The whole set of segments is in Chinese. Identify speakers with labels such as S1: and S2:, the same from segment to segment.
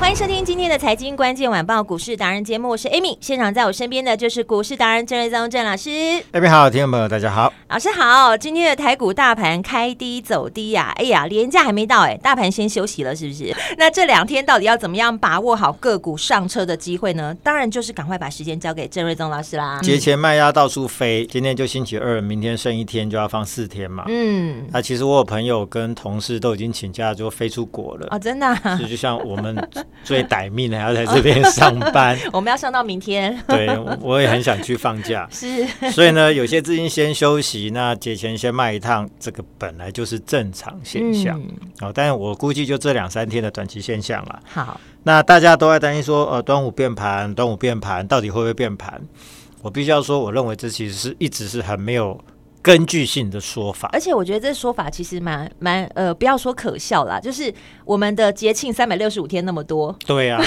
S1: 欢迎收听今天的财经关键晚报股市达人节目，我是 Amy，现场在我身边的就是股市达人郑瑞宗郑老师，
S2: 那边好，听众朋友大家好。
S1: 老师好。今天的台股大盘开低走低呀、哎呀，连假还没到哎、大盘先休息了是不是？那这两天到底要怎么样把握好个股上车的机会呢？当然就是赶快把时间交给郑瑞宗老师啦。
S2: 节前卖压到处飞，今天就星期二，明天剩一天就要放四天嘛。
S1: 嗯，
S2: 那其实我有朋友跟同事都已经请假，就飞出国了。
S1: 哦，真的啊、
S2: 这就像我们最歹命的，还要在这边上 班。
S1: 我们要上到明天，
S2: 对，我我也很想去放假
S1: 是，
S2: 所以呢，有些资金先休息，那节前先卖一趟，这个本来就是正常现象。
S1: 嗯，
S2: 哦，但我估计就这两三天的短期现象啦。
S1: 好，
S2: 那大家都在担心说，呃，端午变盘，端午变盘，到底会不会变盘？我必须要说，我认为这其实是一直是很没有根据性的说法
S1: 而。且我觉得这说法其实蛮蛮呃，不要说可笑啦，就是我们的节庆三百六十五天那么 多，
S2: 对啊，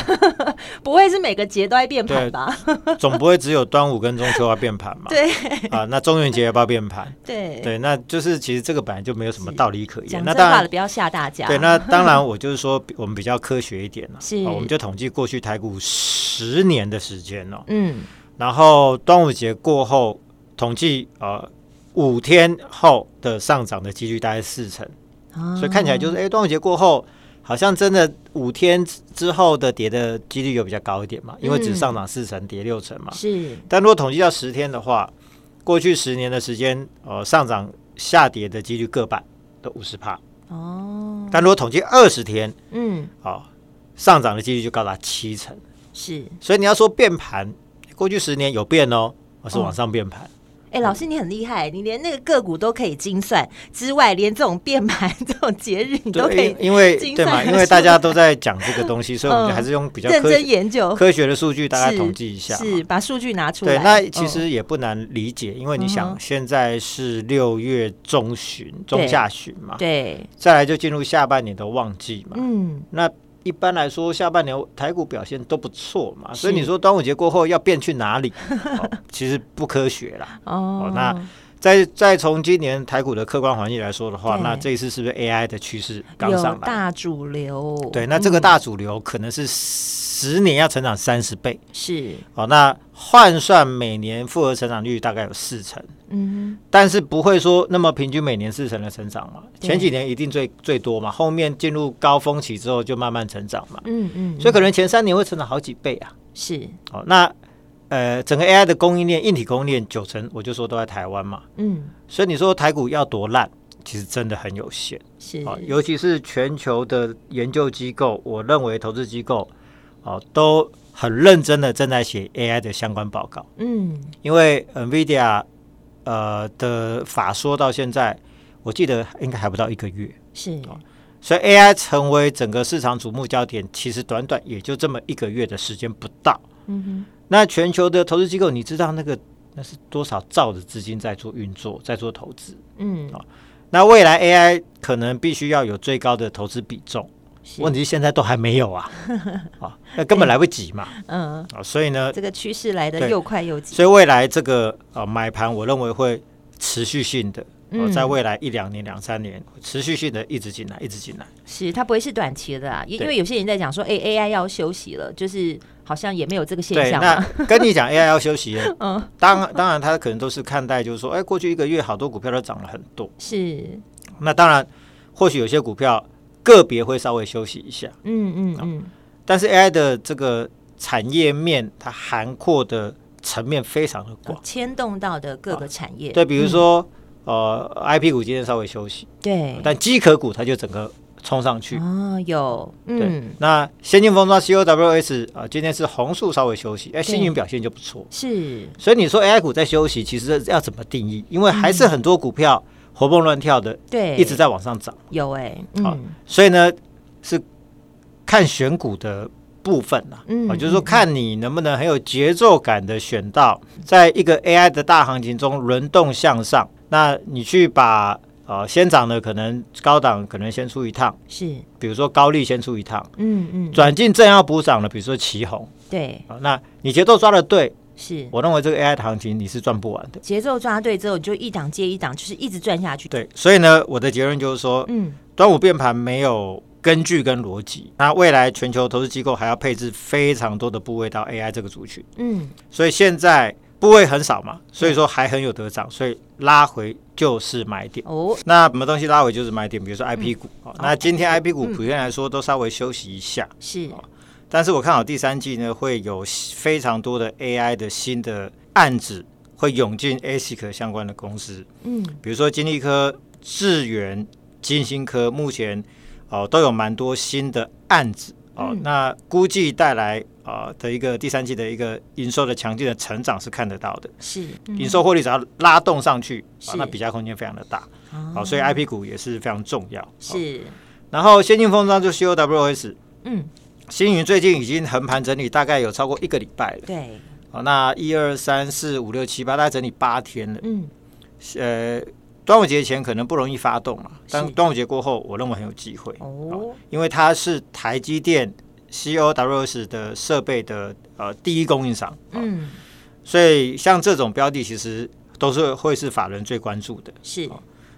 S1: 不会是每个节都在变盘吧？
S2: 总不会只有端午跟中秋要变盘嘛？
S1: 对
S2: 啊，那中元节要不要变盘？
S1: 对
S2: 对，那就是其实这个本来就没有什么道理可言
S1: 讲。
S2: 那
S1: 真
S2: 当
S1: 话了，
S2: 然，
S1: 不要吓大家。
S2: 对，那当然我就是说，我们比较科学一点了、啊。
S1: 是
S2: 我们就统计过去台股十年的时间哦，
S1: 嗯，
S2: 然后端午节过后，统计呃五天后的上涨的几率大概四成，
S1: 啊
S2: 所以看起来就是哎、诶端午节过后好像真的五天之之后的跌的几率有比较高一点嘛，因为只上涨四成，跌六成嘛。
S1: 是
S2: 但如果统计到十天的话，过去十年的时间，呃，上涨下跌的几率各半都五十帕，
S1: 哦，
S2: 但如果统计二十天，
S1: 嗯，
S2: 哦，上涨的几率就高达七成。
S1: 是。
S2: 所以你要说变盘，过去十年有变哦，而是
S1: 哦
S2: 往上变盘。
S1: 哎、老
S2: 嗯
S1: 师你很厉害，你连那个个股都可以精算之外，连这种变盘、这种节日你都可
S2: 对，
S1: 以
S2: 因因为
S1: 精
S2: 对嘛，
S1: 算
S2: 因为大家都在讲这个 东西，所以我们
S1: 嗯
S2: 就还是用比较
S1: 认
S2: 科
S1: 真研究，
S2: 科学的数据，大概
S1: 是
S2: 统计一下嘛。
S1: 嗯是把数据拿出来。
S2: 对，那其
S1: 嗯
S2: 实也不难理解，因为你
S1: 嗯哼
S2: 想，现在是六月中旬、中下旬嘛，
S1: 哦对，
S2: 再来就进入下半年的旺季嘛。
S1: 嗯，
S2: 那一般来说，下半年哦台股表现都不错嘛，所以你说端午节过后要变去哪里？哦其实不科学啦。
S1: 哦，
S2: 那再再从今年台股的客观环境来说的话，
S1: 对
S2: 那这一次是不是 AI 的趋势刚
S1: 有
S2: 上来？
S1: 大主流，
S2: 对，那这个
S1: 嗯
S2: 大主流可能是十年要成长三十倍
S1: 嗯是，
S2: 哦，那换算每年复合成长率大概有四成，
S1: 嗯
S2: 但是不会说那么平均每年四成的成长嘛。
S1: 对
S2: 前几年一定最最多嘛，后面进入高峰期之后就慢慢成长嘛，
S1: 嗯嗯，
S2: 所以可能前三年会成长好几倍啊。
S1: 是，
S2: 哦，那呃，整个 AI 的供应链、硬体供应链九成，我就说都在台湾嘛，
S1: 嗯
S2: 所以你说台股要多烂，其实真的很有限。
S1: 是，
S2: 啊，尤其是全球的研究机构，我认为投资机构哦、都很认真的正在写 AI 的相关报告，
S1: 嗯
S2: 因为 NVIDIA 呃的法说到现在，我记得应该还不到一个月，
S1: 是，
S2: 啊所以 AI 成为整个市场瞩目焦点，其实短短也就这么一个月的时间不到。
S1: 嗯
S2: 那全球的投资机构，你知道那个那是多少兆的资金在做运作，在做投资？
S1: 哼，嗯，
S2: 那未来 AI 可能必须要有最高的投资比重。
S1: 是
S2: 问题是现在都还没 有啊，啊，那根本来不及嘛，
S1: 嗯，
S2: 啊，所以呢，
S1: 这个趋势来的
S2: 对
S1: 又快又急，
S2: 所以未来这个呃买盘，我认为会持续性的，哦，
S1: 嗯
S2: 在未来一两年、两三年，持续性的一直进来，一直进来，
S1: 是它不会是短期的啊，因因
S2: 对
S1: 为有些人在讲说，哎、a i 要休息了，就是好像也没有这个现
S2: 对，
S1: 象
S2: 那
S1: 嘛，
S2: 跟你讲 AI 要休息了，
S1: 嗯，
S2: 当当然他可能都是看待就是说，哎，过去一个月好多股票都涨了很多，
S1: 是，
S2: 那当然或许有些股票个别会稍微休息一下，
S1: 嗯嗯嗯，
S2: 但是 AI 的这个产业面它涵括的层面非常的广
S1: 哦。牵动到的各个产业，嗯
S2: 对，比如说、呃，IP 股今天稍微休息，
S1: 对，
S2: 但机壳股它就整个冲上去。
S1: 哦，有，
S2: 对
S1: 嗯，，
S2: 那先进封装 COWS 啊、呃今天是红树稍微休息，哎、星云表现就不错。
S1: 是，
S2: 所以你说 AI 股在休息，其实要怎么定义？因为还是很多股票活蹦乱跳的，
S1: 嗯对，
S2: 一直在往啊上涨。
S1: 有哎，
S2: 好
S1: 嗯，
S2: 所以呢，是看选股的部分啦，
S1: 嗯
S2: 啊，就是说看你能不能很有节奏感的选到，在一个 AI 的大行情中轮动向上，那你去把呃先涨的可能高档可能先出一趟，
S1: 是，
S2: 比如说高利先出一趟，
S1: 嗯嗯，
S2: 转进正要补涨的，比如说旗红
S1: 对，
S2: 啊，那你节奏抓的对，
S1: 是。
S2: 我认为这个 AI 的行情你是赚不完的。
S1: 节奏抓对之后，你就一档接一档，就是一直转下去。，
S2: 对，所以呢，我的结论就是说，
S1: 嗯，
S2: 端午变盘没有根据跟逻辑，那未来全球投资机构还要配置非常多的部位到 AI 这个族群，
S1: 嗯，
S2: 所以现在部位很少嘛，所以说还很有得涨，所以拉回就是买点。
S1: 哦，
S2: 那什么东西拉回就是买点，比如说 IP 股。好那今天 IP 股普遍来说都稍微休息一下，
S1: 是，
S2: 哦但是我看好第三季呢会有非常多的 AI 的新的案子会涌进 ASIC 相关的公司，
S1: 嗯，
S2: 比如说金利科、智源、金星科，目前哦、都有蛮多新的案子哦、
S1: 嗯
S2: 那估计带来啊、的一个第三季的一个营收的强劲的成长是看得到的，
S1: 是，
S2: 营收获利只要拉动上去，啊
S1: 嗯是，
S2: 那比价空间非常的大，
S1: 哦
S2: 好、所以 IP 股也是非常重要。哦
S1: 是，
S2: 然后先进封装就 COWS，
S1: 嗯，
S2: 星云最近已经横盘整理，大概有超过一个礼拜了。
S1: 对，
S2: 好，那一二三四五六七八，大概整理八天了。
S1: 嗯，
S2: 呃，端午节前可能不容易发动嘛，但
S1: 是
S2: 端午节过后，我认为很有机会，
S1: 哦，
S2: 因为它是台积电 COWS 的设备的呃第一供应商，
S1: 嗯，
S2: 所以像这种标的其实都是会是法人最关注的。
S1: 是，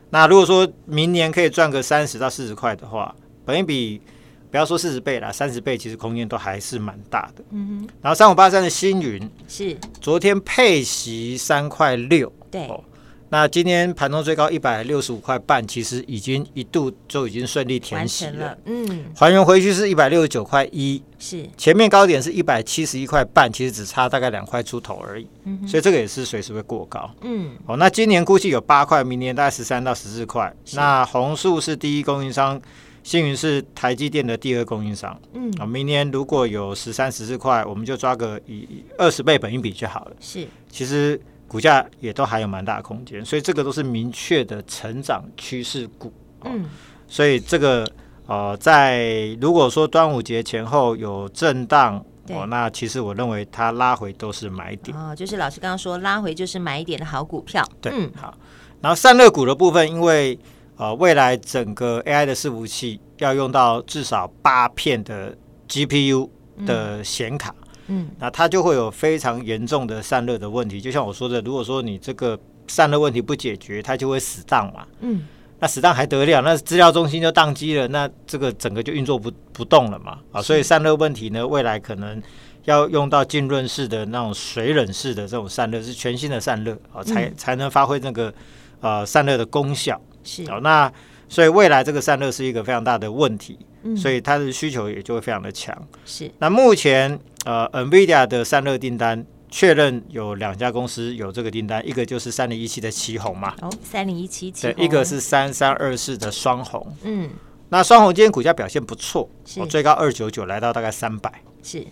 S2: 那如果说明年可以赚个三十到四十块的话，本一比不要说四十倍啦，三十倍其实空间都还是蛮大的。
S1: 嗯
S2: 然后三五八三的星云，
S1: 哼，是，
S2: 昨天配息三块六，
S1: 对，
S2: 哦那今天盘中最高一百六十五块半，其实已经一度就已经顺利填
S1: 完
S2: 息
S1: 成
S2: 了
S1: 了。，嗯，
S2: 还原回去是一百六十九块一，
S1: 是，
S2: 前面高点是一百七十一块半，其实只差大概两块出头而已，
S1: 嗯哼，
S2: 所以这个也是随时会过高。
S1: 嗯，
S2: 哦，那今年估计有八块，明年大概十三到十四块。
S1: 是
S2: 那红树是第一供应商，星云是台积电的第二供应商。
S1: 嗯，
S2: 啊，明年如果有十三、十四块，我们就抓个以二十倍本一比就好了。
S1: 是，
S2: 其实股价也都还有蛮大的空间，所以这个都是明确的成长趋势股。
S1: 嗯，
S2: 所以这个呃，在如果说端午节前后有震荡，
S1: 对
S2: 哦，那其实我认为它拉回都是买点。
S1: 哦，就是老师刚刚说拉回就是买一点的好股票，
S2: 对，
S1: 嗯，
S2: 好。然后散热股的部分，因为呃未来整个 AI 的伺服器要用到至少八片的 GPU 的显卡，
S1: 嗯，
S2: 那它就会有非常严重的散热的问题。就像我说的，如果说你这个散热问题不解决，它就会死档嘛。
S1: 嗯，
S2: 那死档还得了？那资料中心就宕机了，那这个整个就运作不不动了嘛啊！所以散热问题呢，未来可能要用到浸润式的那种水冷式的这种散热，是全新的散热啊，
S1: 嗯
S2: 才才能发挥那个呃散热的功效。
S1: 是，
S2: 好、那所以未来这个散热是一个非常大的问题，
S1: 嗯
S2: 所以它的需求也就会非常的强。
S1: 是，
S2: 那目前呃，NVIDIA 的散热订单确认有两家公司有这个订单，一个就是三零一七的旗宏嘛，
S1: 哦，三零一七七
S2: 对，，一个，是三三二四的双红。
S1: 嗯，
S2: 那双红今天股价表现不错，哦
S1: 是
S2: 我最高二九九来到大概三百，
S1: 是，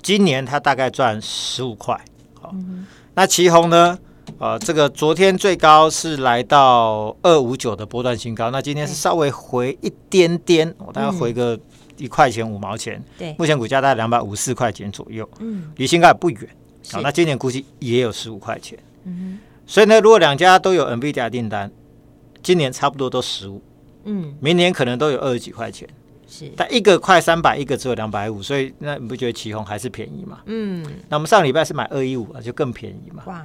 S2: 今年它大概赚十五块。好、
S1: 嗯
S2: 那旗红呢？呃，这个昨天最高是来到二五九的波段新高，那今天是
S1: 对嗯
S2: 稍微回一点点，我、大概回个一块钱五毛钱。
S1: 对，
S2: 目前股价大概两百五四块钱左右，
S1: 嗯，
S2: 离新高也不远。
S1: 是
S2: 好、那今年估计也有十五块钱。
S1: 嗯
S2: 所以呢，如果两家都有 NVIDIA 订单，今年差不多都十五，
S1: 哼，嗯，
S2: 明年可能都有二十几块钱。
S1: 是，
S2: 但一个快三百，一个只有两百五，所以那你不觉得旗红还是便宜吗？
S1: 嗯，
S2: 那我们上礼拜是买二一五啊，就更便宜嘛。
S1: 哇，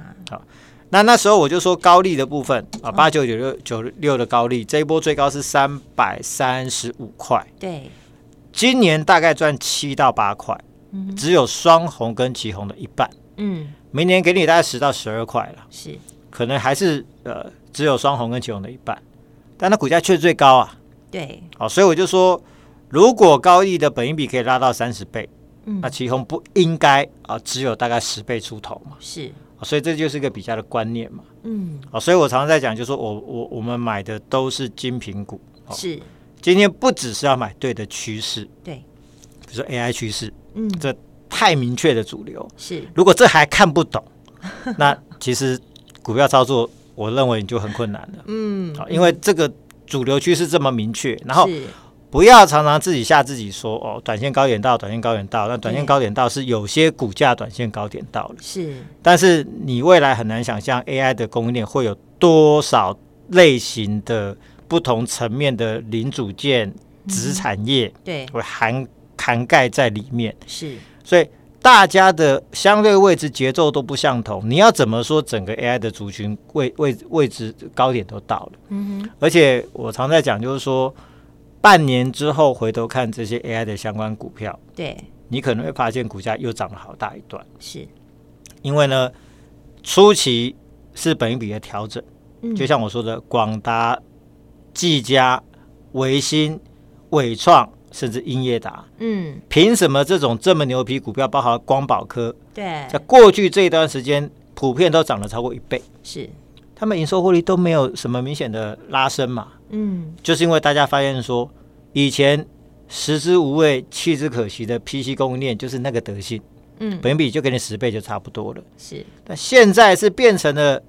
S2: 那那时候我就说高利的部分啊，八九九六九六的高利，这一波最高是三百三十五块，
S1: 对，
S2: 今年大概赚七到八块，只有双红跟旗红的一半，
S1: 嗯，
S2: 明年给你大概十到十二块了，
S1: 是，
S2: 可能还是呃只有双红跟旗红的一半，但它股价却最高啊，
S1: 对，
S2: 好，所以我就说，如果高利的本益比可以拉到三十倍，
S1: 嗯
S2: 那旗宏不应该啊、只有大概十倍出头嘛，
S1: 是，
S2: 啊所以这就是一个比较的观念嘛，哦
S1: 嗯，
S2: 啊，所以我常常在讲，就是说我我我们买的都是精品股，
S1: 是，
S2: 今天不只是要买对的趋势，
S1: 对，
S2: 比如说 AI 趋势，
S1: 嗯，
S2: 这太明确的主流，
S1: 是
S2: 如果这还看 不懂，那其实股票操作，我认为你就很困难了。
S1: 嗯，
S2: 啊，因为这个主流趋势这么明确，然后
S1: 是
S2: 不要常常自己吓自己说哦，短线高点到，短线高点到。那短线高点到是有些股价短线高点到了，
S1: 是
S2: 但是你未来很难想象 AI 的供应链会有多少类型的不同层面的零组件、子产业
S1: 对
S2: 会涵涵盖在里面。
S1: 是
S2: 所以大家的相对位置节奏都不相同。你要怎么说整个 AI 的族群位位位置高点都到了？
S1: 嗯
S2: 而且我常在讲，就是说半年之后回头看这些 AI 的相关股票，
S1: 哼对
S2: 你可能会发现股价又涨了好大一段，
S1: 是
S2: 因为呢初期是本一笔的调整，
S1: 嗯
S2: 就像我说的，广达、技嘉、维新、伟创，甚至英业达。
S1: 嗯
S2: 凭什么这种这么牛皮股票，包含光宝科，
S1: 对
S2: 在过去这一段时间，普遍都涨了超过一倍，
S1: 是
S2: 他们营收获利都没有什么明显的拉升嘛，
S1: 嗯
S2: 就是因为大家发现说，以前食之无味，弃之可惜的 PC 供应链就是那个德性，
S1: 嗯
S2: 本益比就给你十倍就差不多了。
S1: 是
S2: 但现在是变成了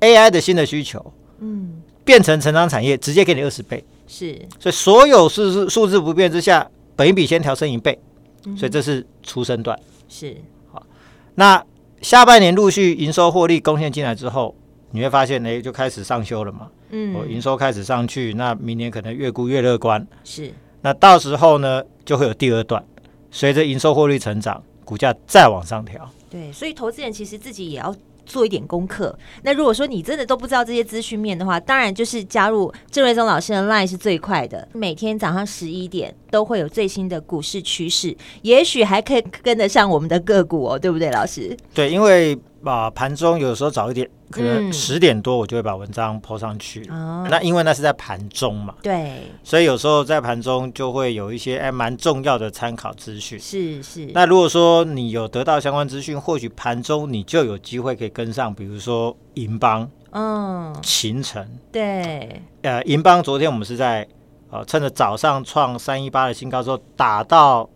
S2: AI 的新的需求，
S1: 嗯
S2: 变成成长产业，直接给你二十倍，
S1: 是
S2: 所以所有数字数字不变之下，本益比先调升一倍，所以这是出生段。
S1: 是
S2: 那下半年陆续营收获利贡献进来之后，你会发现，哎，就开始上修了嘛。我
S1: 嗯
S2: 营收开始上去，那明年可能越估越乐观。
S1: 是
S2: 那到时候呢，就会有第二段，随着营收获利成长，股价再往上调。
S1: 对，所以投资人其实自己也要。做一点功课。那如果说你真的都不知道这些资讯面的话，当然就是加入郑瑞宗老师的 LINE 是最快的。每天早上十一点都会有最新的股市趋势，也许还可以跟得上我们的个股哦，对不对，老师？
S2: 对，因为啊、盘中有时候早一点，可能
S1: 嗯
S2: 十点多我就会把文章 Po 上去了。
S1: 哦
S2: 那因为那是在盘中嘛，
S1: 对，
S2: 所以有时候在盘中就会有一些哎蛮重要的参考资讯。
S1: 是是，
S2: 那如果说你有得到相关资讯，或许盘中你就有机会可以跟上，比如说银邦、
S1: 嗯，
S2: 秦城。
S1: 对，
S2: 呃，银邦昨天我们是在呃趁着早上创三一八的新高之后，打到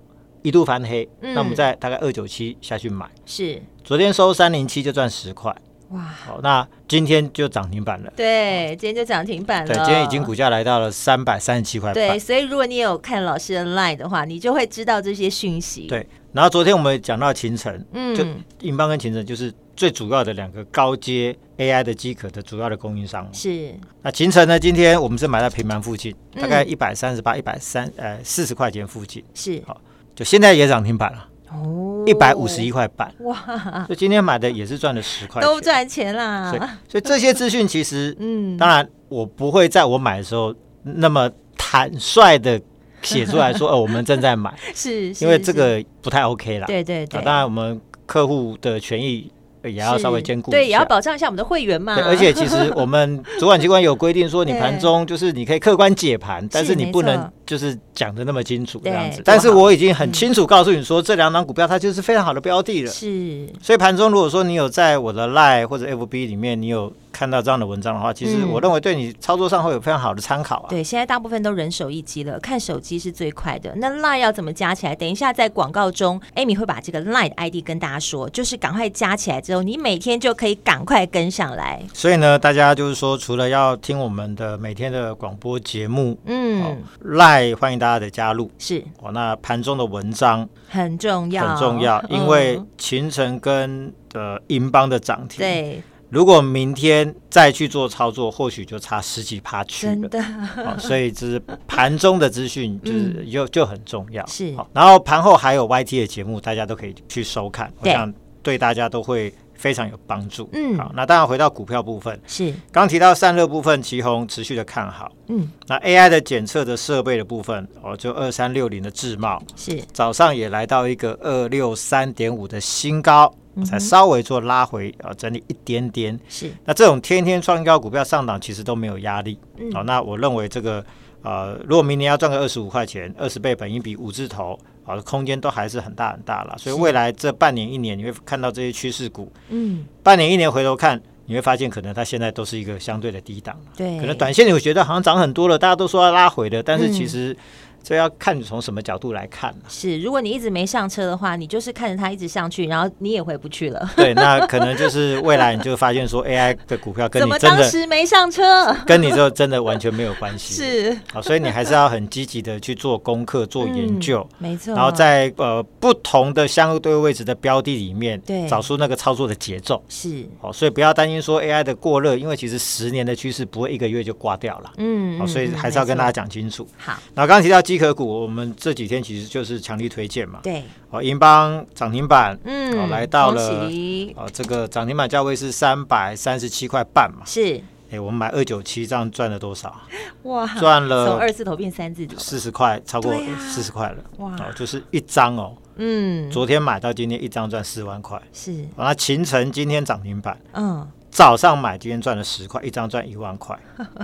S2: 一度翻黑，
S1: 嗯
S2: 那我们在大概二九七下去买，
S1: 是
S2: 昨天收三零七就赚十块。
S1: 哇，
S2: 好、那今天就涨停板了。
S1: 对，今天就涨停板了。
S2: 对，今天已经股价来到了三百三十七块半
S1: 对，。所以如果你有看老师的 line 的话，你就会知道这些讯息。，
S2: 对，然后昨天我们讲到秦城，就
S1: 嗯，
S2: 银邦跟秦城就是最主要的两个高阶 AI 的机壳的主要的供应商嘛。
S1: 是
S2: 那秦城呢？今天我们是买在平盘附近，
S1: 嗯
S2: 大概一百三十八、一百三呃四十块钱附近，
S1: 是
S2: 好就现在也涨停板了，
S1: 哦
S2: 一百五十一块半。
S1: 哇，
S2: 所以今天买的也是赚了十块，
S1: 都。赚钱
S2: 所以
S1: 啦。，
S2: 所以这些资讯其实，
S1: 啊 嗯，
S2: 当然我不会在我买的时候那么坦率的写出来 说，哦，我们正在买，
S1: 是，是
S2: 因为这，
S1: 是
S2: 个不太 OK 啦。
S1: 对对
S2: 啊
S1: 对，
S2: 当然我们客户的权益呃也要
S1: 是
S2: 稍微兼顾一下，
S1: 对，也要保障一下我们的会员嘛。
S2: 对，而且其实我们主管机关有规定说，你
S1: 对
S2: 盘中就是你可以客观解盘，但是你
S1: 没
S2: 不能
S1: 错
S2: 就是讲的那么清楚这
S1: 对
S2: 样子
S1: 多。
S2: 但是
S1: 好嗯
S2: 我已经很清楚告诉你说，这两档股票它就是非常好的标的了。
S1: 是
S2: 所以盘中如果说你有在我的 Line 或者 FB 里面，你有看到这样的文章的话，其实
S1: 嗯
S2: 我认为对你操作上会有非常好的参考啊。
S1: 对，现在大部分都人手一机了，看手机是最快的。那 Line 要怎么加起来？等一下在广告中，Amy 会把这个 Line 的 ID 跟大家说，就是赶快加起来之后，你每天就可以赶快跟上来。
S2: 所以呢，大家就是说，除了要听我们的每天的广播节目，哦
S1: 嗯，
S2: ，Line 欢迎大家的加入。
S1: 是
S2: 哦，那盘中的文章
S1: 很重要，
S2: 很重要，因
S1: 嗯
S2: 为秦城跟呃银邦的涨停，，
S1: 对，
S2: 如果明天再去做操作，或许就差十几趴去
S1: 真
S2: 了。
S1: 的
S2: 哦，所以就是盘中的资讯就是
S1: 嗯
S2: 就就很重要。
S1: 是
S2: 好，然后盘后还有 YT 的节目，大家都可以去收看，我
S1: 对
S2: 想对大家都会非常有帮助。
S1: 嗯
S2: 好，那当然回到股票部分，
S1: 是，
S2: 刚提到散热部分，旗宏持续的看好。
S1: 嗯，
S2: 那 AI 的检测的设备的部分，哦，就二三六零的智茂，
S1: 是
S2: 早上也来到一个二六三点五的新高，
S1: 嗯
S2: 才稍微做拉回啊、呃整理一点点。
S1: 是，
S2: 那这种天天创高股票上档，其实都没有压力。
S1: 嗯
S2: 好、那我认为这个呃，如果明年要赚个二十五块钱，二十倍本一比五字头，好、空间都还是很大很大啦。所以未来这半年一年，你会看到这些趋势股，
S1: 嗯，
S2: 半年一年回头看，你会发现可能它现在都是一个相对的低档，
S1: 对，。
S2: 可能短线你会觉得好像涨很多了，大家都说要啊拉回的，但是其实这要看你从什么角度来看、啊
S1: 是，如果你一直没上车的话，你就是看着它一直上去，然后你也回不去了。
S2: 对，那可能就是未来你就发现说 AI 的股票跟
S1: 怎
S2: 你
S1: 么
S2: 真
S1: 当
S2: 的
S1: 时没上车？
S2: 跟你就真的完全没有关系，
S1: 是，
S2: 啊，所以你还是要很积极的去做功课、 做
S1: 嗯
S2: 研究。
S1: 没错。
S2: 然后在呃不同的相对位置的标的里面，
S1: 对
S2: 找出那个操作的节奏。
S1: 是，
S2: 好、所以不要担心说 AI 的过热，因为其实十年的趋势不会一个月就挂掉了。
S1: 嗯，
S2: 好、
S1: 嗯
S2: 所以
S1: 嗯
S2: 还是要
S1: 没
S2: 跟大家
S1: 错
S2: 讲清楚。
S1: 好，
S2: 那刚刚提到机壳股，我们这几天其实就是强力推荐嘛。
S1: 对，
S2: 好、银邦涨停板，
S1: 嗯，
S2: 好来到
S1: 恭
S2: 了
S1: 喜
S2: 哦，这个涨停板价位是三百三十七块半嘛。
S1: 是
S2: 哎，我们买二九七，这样赚了多少啊？
S1: 哇，
S2: 赚了
S1: 从二字头变三字头，
S2: 四十块，超过
S1: 对啊
S2: 四十块了。
S1: 哇
S2: 哦，就是一张哦，
S1: 嗯，
S2: 昨天买到今天一张赚四万块。
S1: 是，
S2: 完了，秦城今天涨停板，
S1: 嗯，
S2: 早上买今天赚了十块，一张赚一 万块。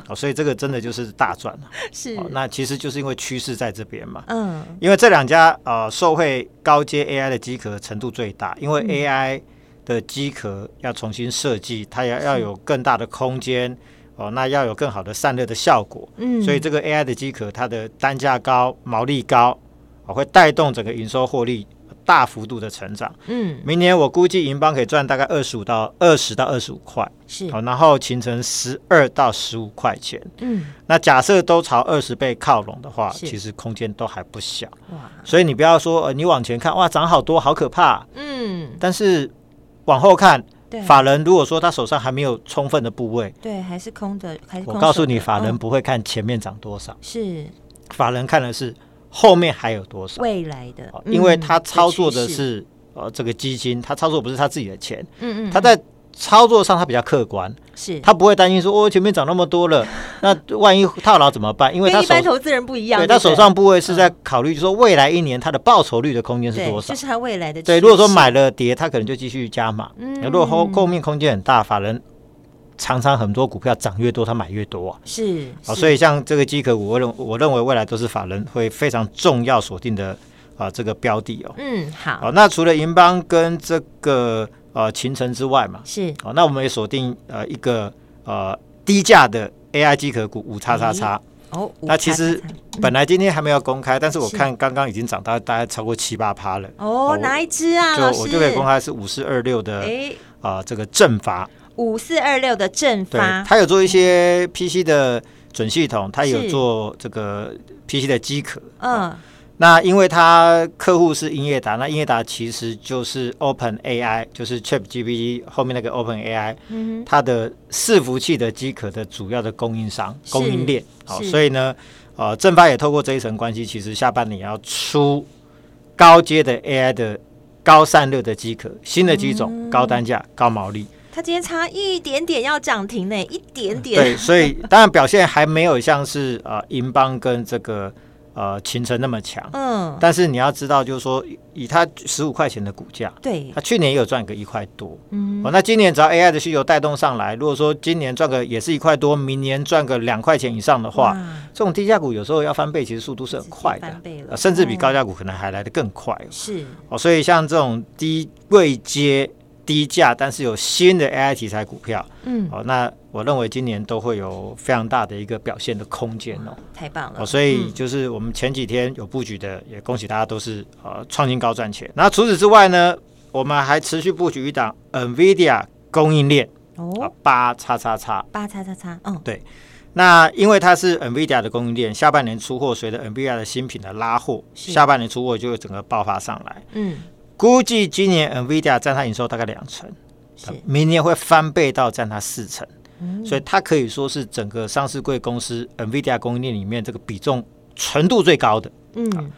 S2: 哦，所以这个真的就是大赚了。
S1: 是
S2: 哦，那其实就是因为趋势在这边嘛。
S1: 嗯，
S2: 因为这两家呃，受惠高阶 AI 的机壳程度最大，因
S1: 嗯
S2: 为 AI 的机壳要重新设计，它要要有更大的空间哦，那要有更好的散热的效果，
S1: 嗯
S2: 所以这个 AI 的机壳它的单价高、毛利高，哦、会带动整个营收获利大幅度的成长。
S1: 嗯，
S2: 明年我估计银邦可以赚大概二十五到二十到二十五块，哦
S1: 是，
S2: 好，然后形成十二到十五块钱。
S1: 嗯，
S2: 那假设都朝二十倍靠拢的话，
S1: 是
S2: 其实空间都还不小。
S1: 哇，
S2: 所以你不要说呃，你往前看哇，涨好多，好可怕。
S1: 嗯，
S2: 但是往后看，
S1: 对，
S2: 法人如果说他手上还没有充分的部位，
S1: 对还是空的，还是
S2: 我
S1: 空
S2: 告
S1: 手
S2: 诉你，
S1: 的
S2: 法人
S1: 嗯
S2: 不会看前面涨多少，
S1: 是
S2: 法人看的是后面还有多少，
S1: 未来的
S2: 哦，因为
S1: 嗯
S2: 他操作的，
S1: 趋势
S2: 是呃这个基金，他操作不是他自己的钱，
S1: 嗯嗯，
S2: 他
S1: 嗯
S2: 在。操作上他比较客观，
S1: 是
S2: 他不会担心说哦前面涨那么 多了，那万一套牢怎么办？因为他
S1: 跟一
S2: 手
S1: 般投资人不一样，
S2: 对
S1: 不
S2: 他手上部位是在考虑说未来一年它的报酬率的空间是
S1: 对，
S2: 多少
S1: 就。是他未来的
S2: 对，
S1: 趋
S2: 如果说
S1: 势
S2: 买了跌，他可能就继续加码。嗯，如果后后面空间很大，法人常常很多股票涨越多，他买越多啊。
S1: 是，
S2: 啊，
S1: 是
S2: 所以像这个机壳股，我认我认为未来都是法人会非常重要锁定的啊这个标的哦。
S1: 嗯好
S2: 好，那除了银邦跟这个呃秦城之外嘛，
S1: 是
S2: 好，那我们也锁定呃一个呃低价的 AI 机壳股五叉叉叉。
S1: 哦，五
S2: 那其
S1: 叉叉
S2: 实
S1: 叉
S2: 本来今天还没有公开，但是我
S1: 是
S2: 看刚刚已经涨到大概超过七八趴了。
S1: 哦哪一只啊，
S2: 就
S1: 老
S2: 我
S1: 师
S2: 就可以公开是五四二六的
S1: 哎
S2: 啊、这个正法，
S1: 五四二六的正
S2: 对，
S1: 发
S2: 它有做一些 PC 的准系统，它有
S1: 嗯是
S2: 做这个 PC 的机壳。
S1: 嗯
S2: 那因为它客户是英业达，那英业达其实就是 Open AI，就是 Chat GPT 后面那个 Open AI，
S1: 嗯
S2: 它的伺服器的机壳的主要的供应商、
S1: 是
S2: 供应链。好，
S1: 是
S2: 所以呢，呃，正发也透过这一层关系，其实下半年要出高阶的 AI 的高散热的机壳，新的机种、
S1: 嗯
S2: 高单价、高毛利。
S1: 哼，它今天差一点点要涨停呢，一点
S2: 对，
S1: 点
S2: 所以当然表现还没有像是呃银邦跟这个呃秦城那么强，
S1: 嗯
S2: 但是你要知道，就是说以以它十五块钱的股价，
S1: 对
S2: 它去年也有赚个一块多。
S1: 嗯
S2: 哦，那今年只要 AI 的需求带动上来，如果说今年赚个也是一块多，明年赚个两块钱以上的话，这种低价股有时候要翻倍，其实速度是很快的
S1: 直接翻倍，了
S2: 呃甚至比
S1: 哦
S2: 高价股可能还来得更快哦。
S1: 是
S2: 哦，所以像这种低位接低价，但是有新的 AI 题材股票，
S1: 嗯
S2: 哦，那我认为今年都会有非常大的一个表现的空间哦。
S1: 太棒了，
S2: 哦，所以
S1: 嗯
S2: 就是我们前几天有布局的，也恭喜大家都是呃创新高赚钱。那除此之外呢，我们还持续布局一档 NVIDIA 供应链啊
S1: 哦
S2: 八叉叉叉。
S1: 八叉叉叉嗯
S2: 那因为它是 NVIDIA 的供应链，下半年出货，随着 NVIDIA 的新品的拉货，
S1: 是
S2: 下半年出货就整个爆发上来。
S1: 嗯
S2: 估计今年 NVIDIA 占它营收大概两成，呃
S1: 是哦
S2: 明年会翻倍到占它四成，所以它可以说是整个上市贵公司 NVIDIA 供应链里面这个比重纯度最高的。
S1: 嗯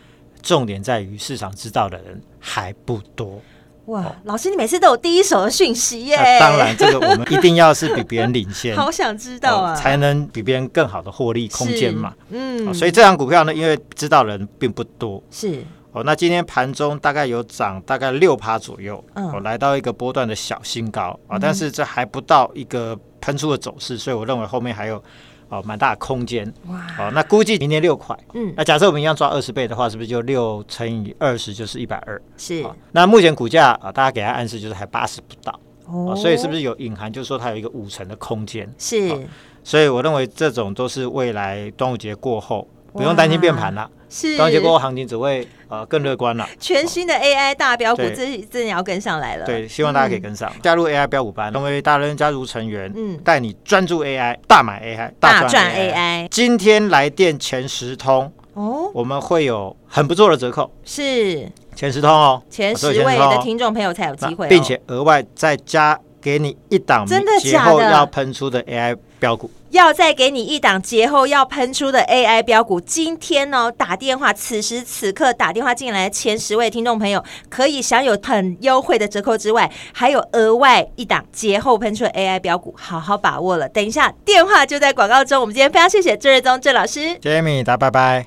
S2: 重点在于市场知道的人还不多。
S1: 哇，老师你每次都有第一手的讯息耶，
S2: 那哦啊当然，这个我们一定要是比别人领先，
S1: 好想知道啊，
S2: 哦才能比别人更好的获利空间嘛。
S1: 是嗯
S2: 哦所以这档股票呢，因为知道的人并不多。
S1: 是
S2: 哦，那今天盘中大概有涨大概六趴左右，
S1: 嗯
S2: 哦，来到一个波段的小新高啊、但是这还不到一个喷出的走势，所以我认为后面还有哦蛮大的空间。
S1: 哇
S2: 哦，那估计明年六块，
S1: 嗯
S2: 那假设我们一样抓二十倍的话，是不是就六乘以二十就是一百二？
S1: 是
S2: 啊好那目前股价啊，大家给它暗示就是还八十不到
S1: 哦
S2: 啊所以是不哦是有隐含，就是说它有一个五成的空间？
S1: 是
S2: 所以我认为这种都是未来端午节过后不用担心变盘了，
S1: 是嗯
S2: 端午节过后行情只会呃更乐观了。
S1: 全新的 AI 大标股，
S2: 哦对
S1: 这真的要跟上来了。
S2: 对，希望大家可以跟上，加入 AI 标股班，成为大人家族成员，
S1: 嗯
S2: 嗯，带你专注 AI，大买 AI，
S1: 大赚
S2: 赚
S1: AI
S2: 今天来电前十通，
S1: 哦，
S2: 我们会有很不错的折扣，
S1: 是
S2: 前十通哦，
S1: 前
S2: 我
S1: 十
S2: 说
S1: 位
S2: 通
S1: 的
S2: 哦
S1: 听众朋友才有机会哦、
S2: 那并且额外再加给你一档
S1: 真的
S2: 节
S1: 假
S2: 后
S1: 的
S2: 要喷出的 AI 标股，
S1: 要再给你一档节后要喷出的 AI 标股。今天哦，打电话，此时此刻打电话进来的前十位听众朋友，可以享有很优惠的折扣之外，还有额外一档节后喷出的 AI 标股，好好把握了。等一下电话就在广告中。我们今天非常谢谢郑瑞宗郑老师。
S2: Jamie 打拜拜。